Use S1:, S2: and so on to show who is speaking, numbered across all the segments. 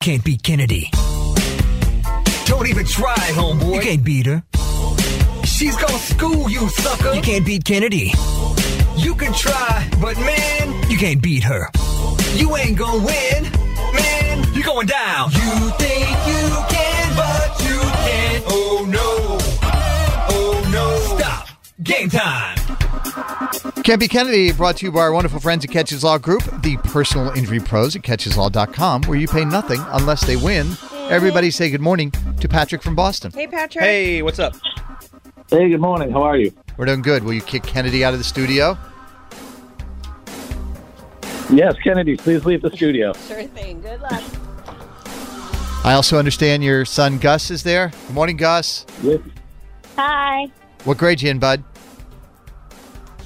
S1: can't beat Kennedy.
S2: Don't even try, homeboy.
S1: You can't beat her.
S2: She's gonna school you, sucker.
S1: You can't beat Kennedy.
S2: You can try, but man,
S1: You can't beat her.
S2: you ain't gonna win. Man, you're going down. You think you can, but you can't. Oh no. Oh no. Stop. Game time.
S3: Can't Be Kennedy brought to you by our wonderful friends at Catches Law Group, the personal injury pros at catcheslaw.com, where you pay nothing unless they win. Everybody say good morning to Patrick from Boston.
S4: Hey, Patrick.
S5: Hey, what's up?
S6: Hey, good morning. How are you?
S3: We're doing good. Will you kick Kennedy out of the studio?
S6: Yes, Kennedy, please leave the studio.
S4: Sure thing. Good luck.
S3: I also understand your son Gus is there. Good morning, Gus.
S6: Yes.
S7: Hi.
S3: What grade you in, bud?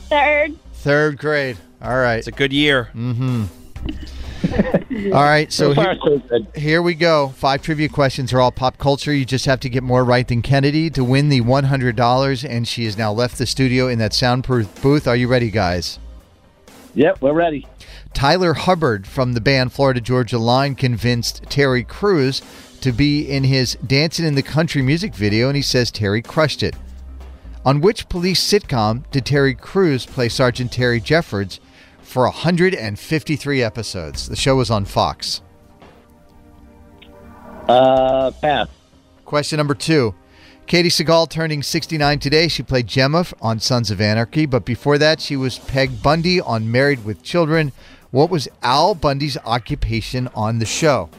S7: Third.
S3: Third grade. All right.
S5: It's a good year.
S3: All right. So
S6: So far,
S3: here,
S6: so good.
S3: here we go. Five trivia questions are all pop culture. You just have to get more right than Kennedy to win the $100. And she has now left the studio in that soundproof booth. Are you ready, guys?
S6: Yep, we're ready.
S3: Tyler Hubbard from the band Florida Georgia Line convinced Terry Crews to be in his Dancing in the Country music video, and he says Terry crushed it. On which police sitcom did Terry Crews play Sergeant Terry Jeffords for 153 episodes? The show was on Fox.
S6: Uh, pass.
S3: Question number two. Katie Seagal turning 69 today. She played Gemma on Sons of Anarchy, but before that, she was Peg Bundy on Married with Children. What was Al Bundy's occupation on the show?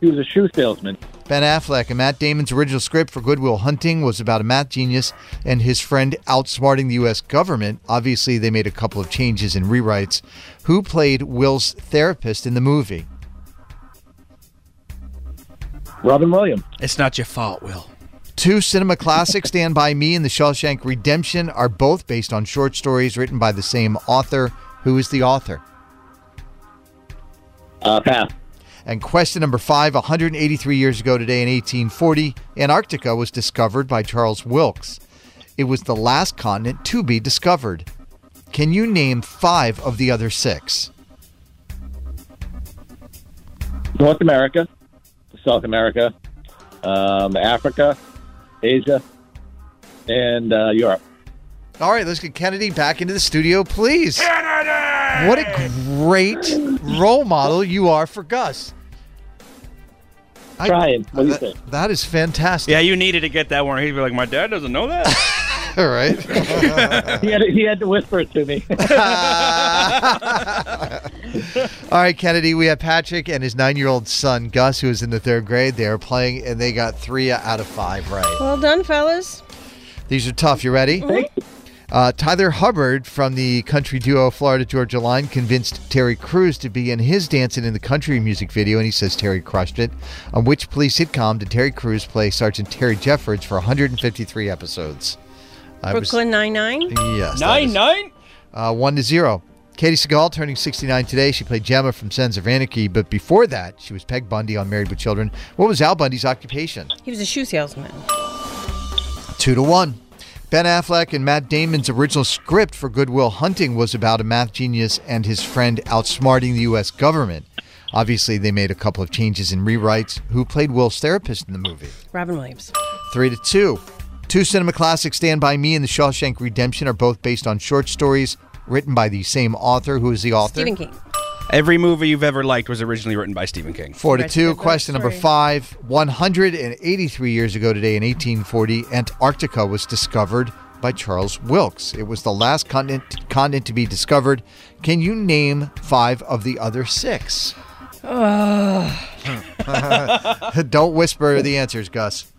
S6: He was a shoe salesman.
S3: Ben Affleck and Matt Damon's original script for Goodwill Hunting was about a math genius and his friend outsmarting the U.S. government. Obviously, they made a couple of changes and rewrites. Who played Will's therapist in the movie?
S6: Robin Williams.
S5: It's not your fault, Will.
S3: Two cinema classics, Stand By Me and The Shawshank Redemption, are both based on short stories written by the same author. Who is the author?
S6: Uh, pass.
S3: And question number five 183 years ago today in 1840, Antarctica was discovered by Charles Wilkes. It was the last continent to be discovered. Can you name five of the other six?
S6: North America, South America, um, Africa, Asia, and uh, Europe.
S3: All right, let's get Kennedy back into the studio, please. What a great role model you are for Gus. I-
S6: Trying. What do you
S3: That-
S6: think?
S3: that is fantastic.
S5: Yeah, you needed to get that one. He'd be like, my dad doesn't know that.
S3: All right.
S6: He had, he had to whisper it to me.
S3: All right, Kennedy, we have Patrick and his nine year old son, Gus, who is in the third grade. They are playing, and they got three out of five right.
S4: Well done, fellas.
S3: These are tough. You ready? Uh, Tyler Hubbard from the country duo Florida Georgia Line convinced Terry Crews to be in his Dancing in the Country music video, and he says Terry crushed it. On which police sitcom did Terry Crews play Sergeant Terry Jeffords for 153 episodes? I was-
S4: Brooklyn Nine Nine.
S3: yes. that
S5: nine,
S3: is-
S5: nine?
S3: uh, one to zero. Katie Seagal turning 69 today. She played Gemma from Sons of Anarchy, but before that, she was Peg Bundy on Married with Children. What was Al Bundy's occupation?
S4: He was a shoe salesman.
S3: Two to one. Ben Affleck and Matt Damon's original script for Goodwill Hunting was about a math genius and his friend outsmarting the U.S. government. Obviously, they made a couple of changes and rewrites. Who played Will's therapist in the movie?
S4: Robin Williams.
S3: three to two. Two cinema classics, Stand By Me and The Shawshank Redemption, are both based on short stories written by the same author. Who is the author?
S4: Stephen King.
S5: Every movie you've ever liked was originally written by Stephen King.
S3: Four to
S4: Right,
S3: two.
S4: good
S3: Question number
S4: story.
S3: five. 183 years ago today in 1840, Antarctica was discovered by Charles Wilkes. It was the last continent, continent to be discovered. Can you name five of the other six? Don't whisper the answers, Gus.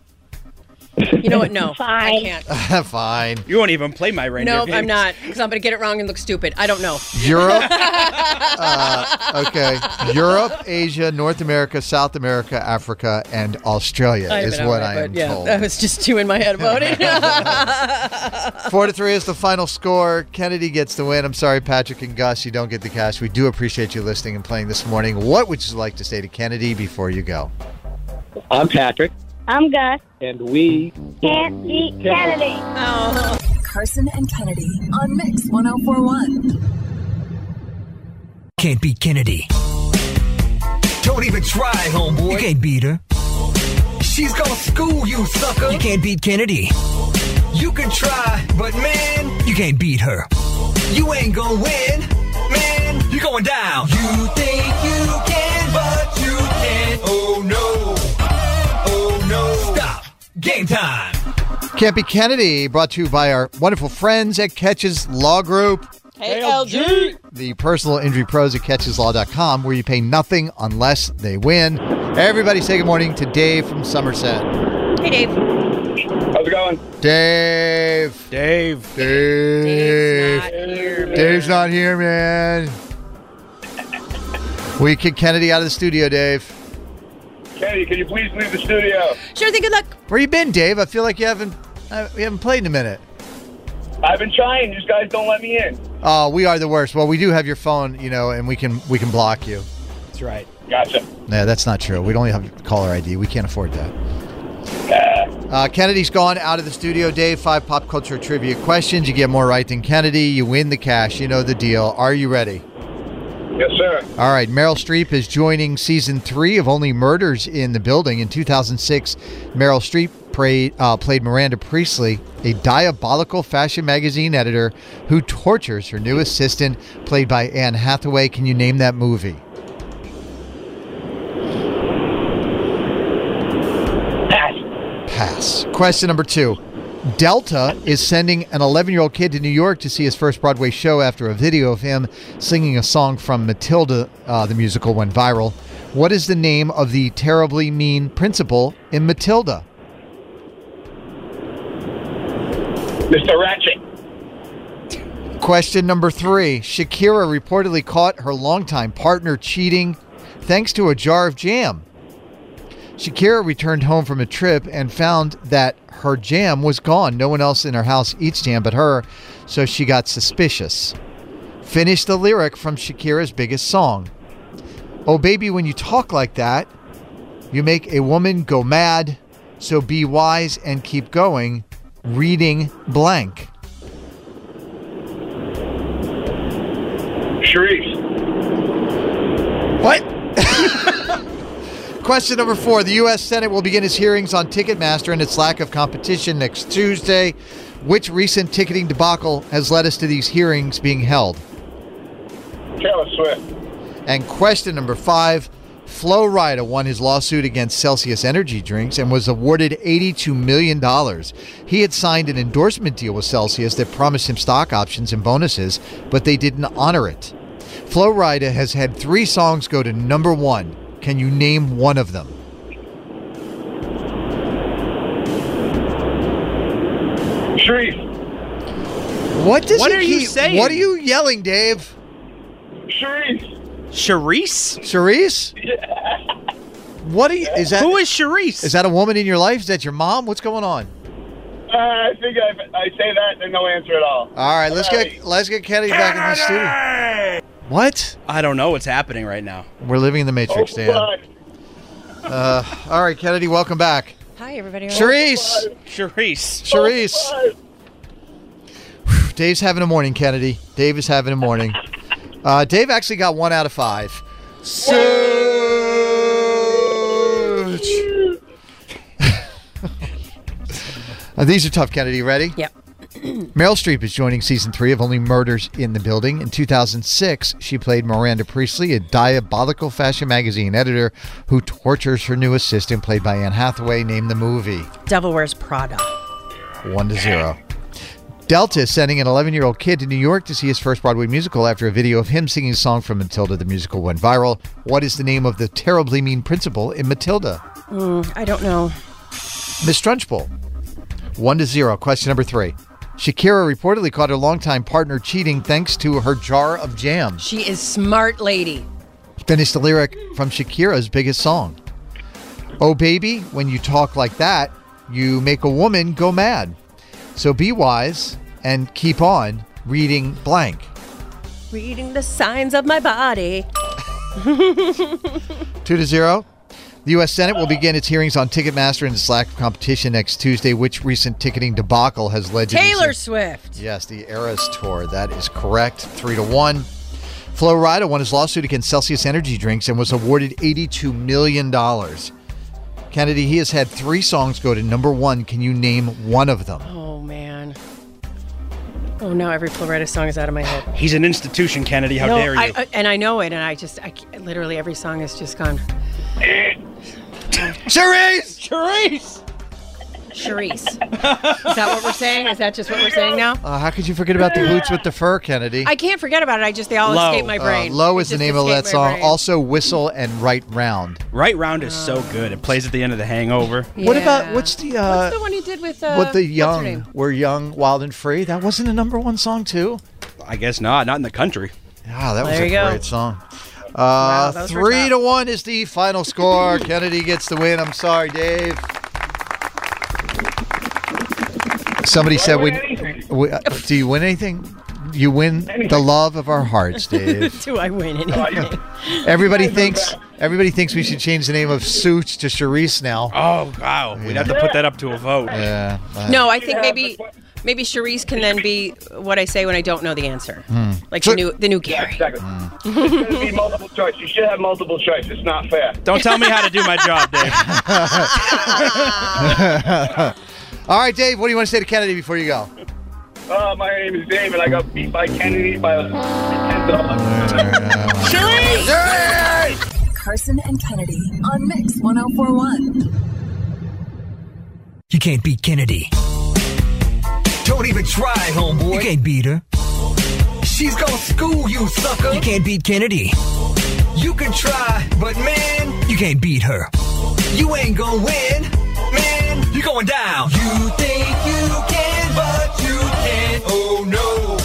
S4: You know what? No, I
S7: Fine.
S4: can't.
S3: Fine.
S5: You won't even play my reindeer
S4: Nope, I'm
S5: games.
S4: not. Because I'm going to get it wrong and look stupid. I don't know.
S3: Europe. Uh, okay. Europe, Asia, North America, South America, Africa, and Australia
S4: I
S3: is
S4: haven't
S3: what
S4: outright,
S3: I am
S4: but yeah,
S3: told.
S4: That was just two in my head about it.
S3: Four to three is the final score. Kennedy gets the win. I'm sorry, Patrick and Gus, you don't get the cash. We do appreciate you listening and playing this morning. What would you like to say to Kennedy before you go?
S6: I'm Patrick,
S7: I'm Gus.
S6: and we
S7: Can't beat Kennedy.
S8: Carson and Kennedy on Mix 1041.
S1: Can't beat Kennedy.
S2: Don't even try, homeboy.
S1: You can't beat her.
S2: She's gonna school you, sucker.
S1: You can't beat Kennedy.
S2: You can try, but man,
S1: You can't beat her.
S2: you ain't gonna win. Man, you're going down. You think you can, but you can't. Oh no. Oh no. Stop. Game time.
S3: Campy Kennedy, brought to you by our wonderful friends at Catches Law Group.
S4: Hey, LG.
S3: the personal injury pros at catcheslaw.com where you pay nothing unless they win. Everybody say good morning to Dave from Somerset.
S4: Hey, Dave.
S6: How's it going?
S3: Dave.
S5: Dave.
S3: Dave.
S4: Dave's not here,
S3: Dave's not here,
S4: man.
S3: man. We kick Kennedy out of the studio, Dave.
S6: Kenny, can you please leave the studio?
S4: Sure thing. Good luck.
S3: Where you been, Dave? I feel like you haven't uh, we haven't played in a minute.
S6: I've been trying. You guys don't let me in.
S3: Oh, we are the worst. Well, we do have your phone, you know, and we can we can block you.
S5: That's right.
S6: Gotcha.
S3: No, that's not true. We don't have caller ID. We can't afford that. Uh, Kennedy's gone out of the studio. Dave, five pop culture trivia questions. You get more right than Kennedy. You win the cash. You know the deal. Are you ready?
S6: Yes, sir.
S3: All right. Meryl Streep is joining season three of Only Murders in the Building. In 2006, Meryl Streep played, uh, played Miranda Priestley, a diabolical fashion magazine editor who tortures her new assistant, played by Anne Hathaway. Can you name that movie?
S6: Pass.
S3: Pass. Question number two. Delta is sending an 11 year old kid to New York to see his first Broadway show after a video of him singing a song from Matilda, uh, the musical, went viral. What is the name of the terribly mean principal in Matilda?
S6: Mr. Ratchet.
S3: Question number three Shakira reportedly caught her longtime partner cheating thanks to a jar of jam. Shakira returned home from a trip and found that her jam was gone. No one else in her house eats jam but her, so she got suspicious. Finish the lyric from Shakira's biggest song Oh, baby, when you talk like that, you make a woman go mad, so be wise and keep going. Reading blank.
S6: Sharice.
S3: What? Question number four. The U.S. Senate will begin its hearings on Ticketmaster and its lack of competition next Tuesday. Which recent ticketing debacle has led us to these hearings being held?
S6: Taylor Swift.
S3: And question number five Flo Rida won his lawsuit against Celsius Energy Drinks and was awarded $82 million. He had signed an endorsement deal with Celsius that promised him stock options and bonuses, but they didn't honor it. Flo Rida has had three songs go to number one. Can you name one of them?
S6: Sharice.
S3: What does
S5: What
S3: he
S5: are you
S3: keep-
S5: saying?
S3: What are you yelling, Dave?
S6: Sharice.
S5: Charisse?
S3: Charisse? What are you? Is that
S5: Who is Charisse?
S3: is that a woman in your life? Is that your mom? What's going on?
S6: Uh, I think I've, I say that and no answer at all.
S3: All right, let's get
S6: Hey.
S3: let's get Kennedy back in the studio. What?
S5: I don't know what's happening right now.
S3: We're living in the
S6: Oh,
S3: Matrix, Dan.
S6: fuck.
S3: All right, Kennedy, welcome back.
S4: Hi, everybody.
S3: Charisse,
S5: Charisse.
S3: Charisse. Dave's having a morning, Kennedy. Dave is having a morning. Uh, Dave actually got one out of five. So. Uh, These are tough, Kennedy. You Ready?
S4: Yep.
S3: Meryl Streep is joining season three of Only Murders in the Building. In 2006, she played Miranda Priestley, a diabolical fashion magazine editor who tortures her new assistant, played by Anne Hathaway. Name the movie.
S4: Devil Wears Prada.
S3: One to zero. Delta is sending an 11 year old kid to New York to see his first Broadway musical after a video of him singing a song from Matilda the Musical went viral. What is the name of the terribly mean principal in Matilda?
S4: I don't know.
S3: Miss Trunchbull. One to zero. Question number three. Shakira reportedly caught her longtime partner cheating thanks to her jar of jam.
S4: She is smart lady.
S3: Finish the lyric from Shakira's biggest song. Oh, baby, when you talk like that, you make a woman go mad. So be wise and keep on reading blank.
S4: Reading the signs of my body.
S3: Two to zero. The U.S. Senate will begin its hearings on Ticketmaster and its lack of competition next Tuesday. Which recent ticketing debacle has led to these-
S4: Taylor Swift.
S3: Yes, the Eras Tour. That is correct. Three to one. Flo Rida won his lawsuit against Celsius Energy Drinks and was awarded $82 million. Kennedy, he has had three songs go to number one. Can you name one of them?
S4: Oh, man. Oh, now every Florida song is out of my head.
S5: He's an institution, Kennedy. How
S4: no,
S5: dare you?
S4: I, I- and I know it, and I just, I, ca- literally every song is just gone.
S3: Cherise!
S4: Charisse. is that what we're saying? Is that just what we're saying now?
S3: Uh, how could you forget about the Hoots with the Fur, Kennedy?
S4: I can't forget about it. I just, they all
S5: Low.
S4: escape my
S3: Uh,
S4: brain.
S3: Low
S4: They
S3: is the
S4: just
S3: name of that
S4: escape my
S3: song.
S4: brain.
S3: Also, Whistle and Right Round.
S5: right round is so good. It plays at the end of the Hangover.
S3: What about
S4: Yeah.
S3: what's the uh,
S4: What's the one he did with uh,
S3: what the
S4: what's her
S3: young
S4: name?
S3: were young, wild and free? That wasn't a number one song too.
S5: I guess not. Not in the country.
S3: Yeah, Ah, that was
S4: There
S3: a
S4: you go.
S3: great song. Uh,
S4: that was her
S3: three
S4: top.
S3: to one is the final score. Kennedy gets the win. I'm sorry, Dave. Somebody said
S6: win
S3: we,
S6: anything?
S3: we uh, do you win anything? You win the love of our hearts, Dave.
S4: Do I win anything?
S3: everybody thinks everybody thinks we should change the name of Suits to Charisse now.
S5: Oh wow, we'd have to put that up to a vote.
S3: Yeah. uh,
S4: No, I think
S6: have
S4: maybe
S6: the-
S4: maybe Cherise can then be what I say when I don't know the answer, like
S3: So-
S4: the new the new Gary.
S6: Exactly. it's going to be multiple choice. You should have multiple choice. It's not fair.
S5: Don't tell me how to do my job, Dave.
S3: All right, Dave. What do you want to say to Kennedy before you go?
S6: Uh, my name is Dave, and I got beat by Kennedy by a $10.
S8: Carson and Kennedy on Mix 1041.
S1: You can't beat Kennedy.
S2: Don't even try,
S1: You
S2: homeboy.
S1: can't beat her.
S2: She's gonna school you, sucker.
S1: You can't beat Kennedy.
S2: You can try, but man,
S1: You can't beat her.
S2: you ain't gonna win. Man, you're going down. You think you can, but you can't. Oh no.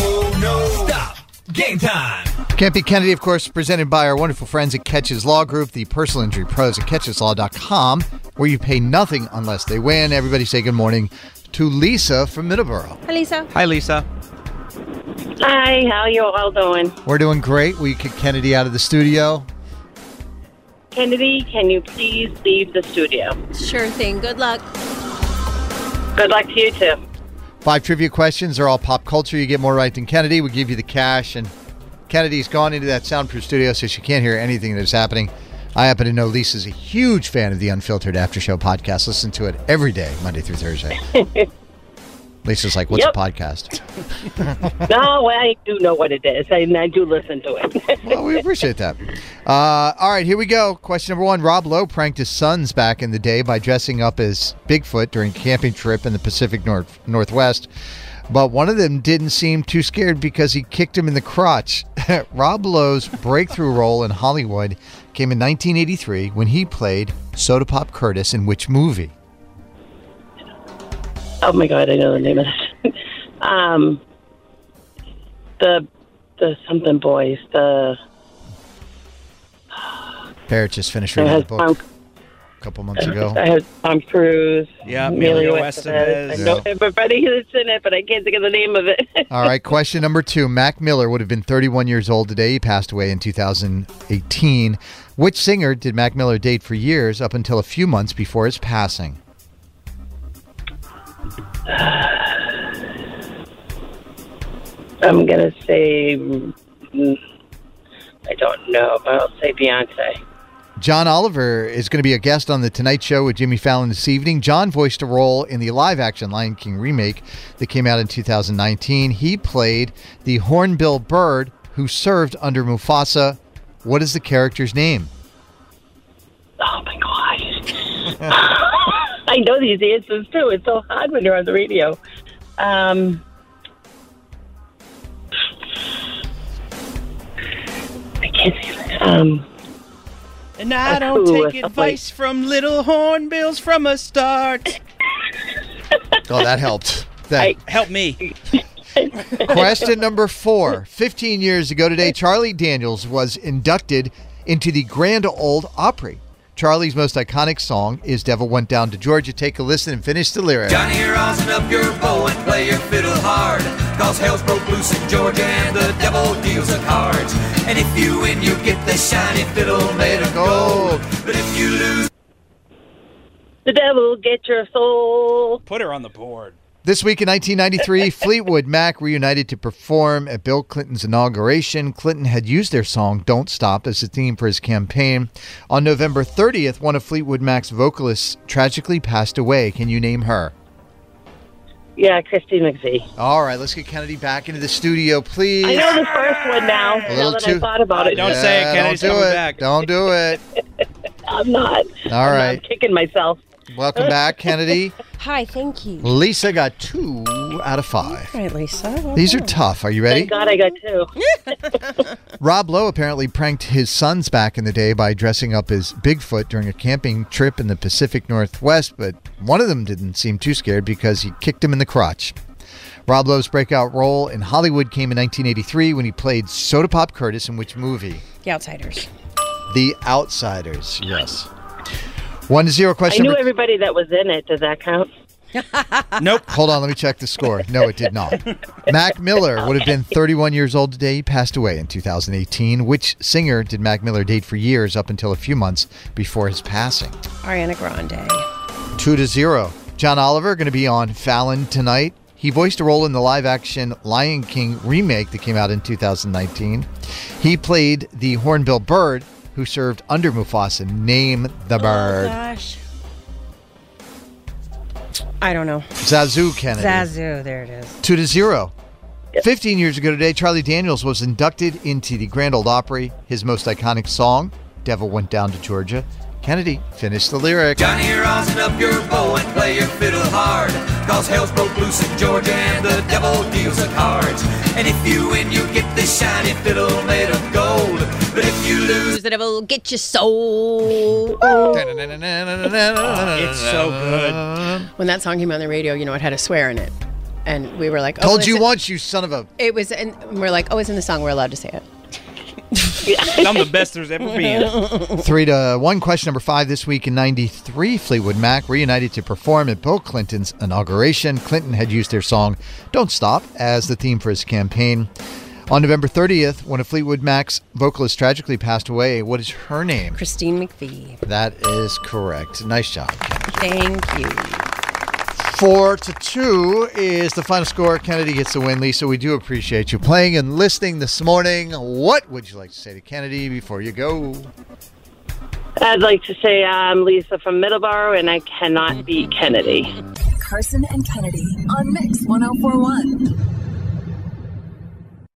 S2: Oh no. Stop. Game time.
S3: Can't beat Kennedy, of course, presented by our wonderful friends at Catches Law Group, the personal injury pros at catcheslaw.com, where you pay nothing unless they win. Everybody say good morning to Lisa from Middleborough.
S4: Hi, Lisa.
S5: Hi, Lisa.
S7: Hi, how you all doing?
S3: We're doing great. We kicked Kennedy out of the studio.
S7: Kennedy, can you please leave the studio?
S4: Sure thing. Good luck.
S7: Good luck to you too.
S3: Five trivia questions are all pop culture. You get more right than Kennedy. We give you the cash. And Kennedy's gone into that soundproof studio, so she can't hear anything that's happening. I happen to know Lisa's a huge fan of the Unfiltered After Show podcast. Listen to it every day, Monday through Thursday. Lisa's like, what's
S7: Yep.
S3: a podcast?
S7: no, I do know what it is, and I do listen to it.
S3: well, we appreciate that. Uh, all right, here we go. Question number one Rob Lowe pranked his sons back in the day by dressing up as Bigfoot during a camping trip in the Pacific North- Northwest. But one of them didn't seem too scared because he kicked him in the crotch. Rob Lowe's breakthrough role in Hollywood came in 1983 when he played Soda Pop Curtis in which movie?
S7: oh my god, I know the name of it. um, the the something boys. The
S3: Barrett just finished
S7: I
S3: reading the
S7: had
S3: book
S7: Tom,
S3: a couple months
S7: I
S3: ago.
S7: had Tom Cruise.
S5: Yeah,
S7: Emilio
S5: Emilio
S7: Estevez. I know
S3: Yeah.
S7: everybody that's in it, but I can't think of the name of it.
S3: All right, question number two. Mac Miller would have been 31 years old today. He passed away in 2018. Which singer did Mac Miller date for years up until a few months before his passing?
S7: I'm gonna say. mm, I don't know. I'll say Beyonce.
S3: John Oliver is going to be a guest on The Tonight Show with Jimmy Fallon this evening. John voiced a role in the live action Lion King remake that came out in 2019. He played the Hornbill Bird who served under Mufasa. What is the character's name?
S7: Oh my god! I know these answers too. It's so hard when you're on the radio. Um, I can't think of it. Um,
S5: And I
S7: don't Ooh, take something. advice
S5: from little hornbills from a start.
S3: Oh, that helped. That
S7: I-
S5: Help me.
S3: Question number four. 15 years ago today, Charlie Daniels was inducted into the Grand Old Opry. Charlie's most iconic song is Devil Went Down to Georgia. Take a listen and finish the lyric.
S2: Johnny, you're awesome up your bow and play your fiddle hard. Cause hell's broke loose in Georgia and the devil deals the cards. And if you win, you get the shiny fiddle made of gold.
S3: Oh.
S2: But if you lose,
S7: the devil get your soul.
S5: Put her on the board.
S3: This week in 1993, Fleetwood Mac reunited to perform at Bill Clinton's inauguration. Clinton had used their song Don't Stop as a theme for his campaign. On November 30th, one of Fleetwood Mac's vocalists tragically passed away. Can you name her?
S7: Yeah, Christine McVie.
S3: All right, let's get Kennedy back into the studio, please.
S7: I know the first one now.
S3: little
S7: Now that
S3: too-
S7: I thought about it,
S5: Don't say it, Kennedy's
S3: don't do
S5: coming
S3: it.
S5: back.
S3: Don't do it.
S7: I'm not.
S3: All
S7: I'm
S3: right.
S7: kicking myself.
S3: Welcome back, Kennedy.
S4: Hi, thank you.
S3: Lisa got two out of five.
S4: All right, Lisa. well
S3: These are
S4: done.
S3: tough. Are you ready?
S7: Thank God I got two.
S3: Rob Lowe apparently pranked his sons back in the day by dressing up as Bigfoot during a camping trip in the Pacific Northwest, but one of them didn't seem too scared because he kicked him in the crotch. Rob Lowe's breakout role in Hollywood came in 1983 when he played Soda Pop Curtis in which movie?
S4: The outsiders.
S3: The Outsiders. Yes. One to zero
S7: I
S3: question.
S7: knew
S3: number-
S7: everybody that was in it. Does that count?
S5: Nope.
S3: Hold on, let me check the score. No, it did not. Mac Miller would have been 31 years old today. He passed away in 2018. Which singer did Mac Miller date for years up until a few months before his passing?
S4: Ariana Grande.
S3: Two to zero. John Oliver going to be on Fallon tonight. He voiced a role in the live-action Lion King remake that came out in 2019. He played the hornbill bird who served under Mufasa. Name the
S4: Oh,
S3: bird.
S4: gosh. I don't know.
S3: Zazu Kennedy.
S4: Zazu, there it is.
S3: two to zero. 15 years ago today, Charlie Daniels was inducted into the Grand Old Opry. His most iconic song, Devil Went Down to Georgia. Kennedy finished the lyric.
S2: Johnny, rosin up your bow and play your fiddle hard. Cause hell's broke loose in Georgia and the devil deals the cards. And if you win, you get this shiny fiddle made of gold. But if you lose,
S9: that will get your soul.
S5: It's so good.
S4: When that song came on the radio, you know, it had a swear in it. And we were like, oh,
S3: Told
S4: it's
S3: you
S4: in-
S3: once, you son of a.
S4: It was, in, and we're like, oh, it's in the song. We're allowed to say it.
S5: I'm the best there's ever been.
S3: Three to one. Question number five this week in 93, Fleetwood Mac reunited to perform at Bill Clinton's inauguration. Clinton had used their song Don't Stop as the theme for his campaign. On November 30th, when a Fleetwood Mac's vocalist tragically passed away, what is her name?
S4: Christine McVie.
S3: That is correct. Nice job.
S4: Thank you.
S3: Four to two is the final score. Kennedy gets the win, Lisa. We do appreciate you playing and listening this morning. What would you like to say to Kennedy before you go?
S7: I'd like to say I'm Lisa from Middleborough, and I cannot beat Kennedy.
S8: oh Carson and Kennedy on Mix 1041.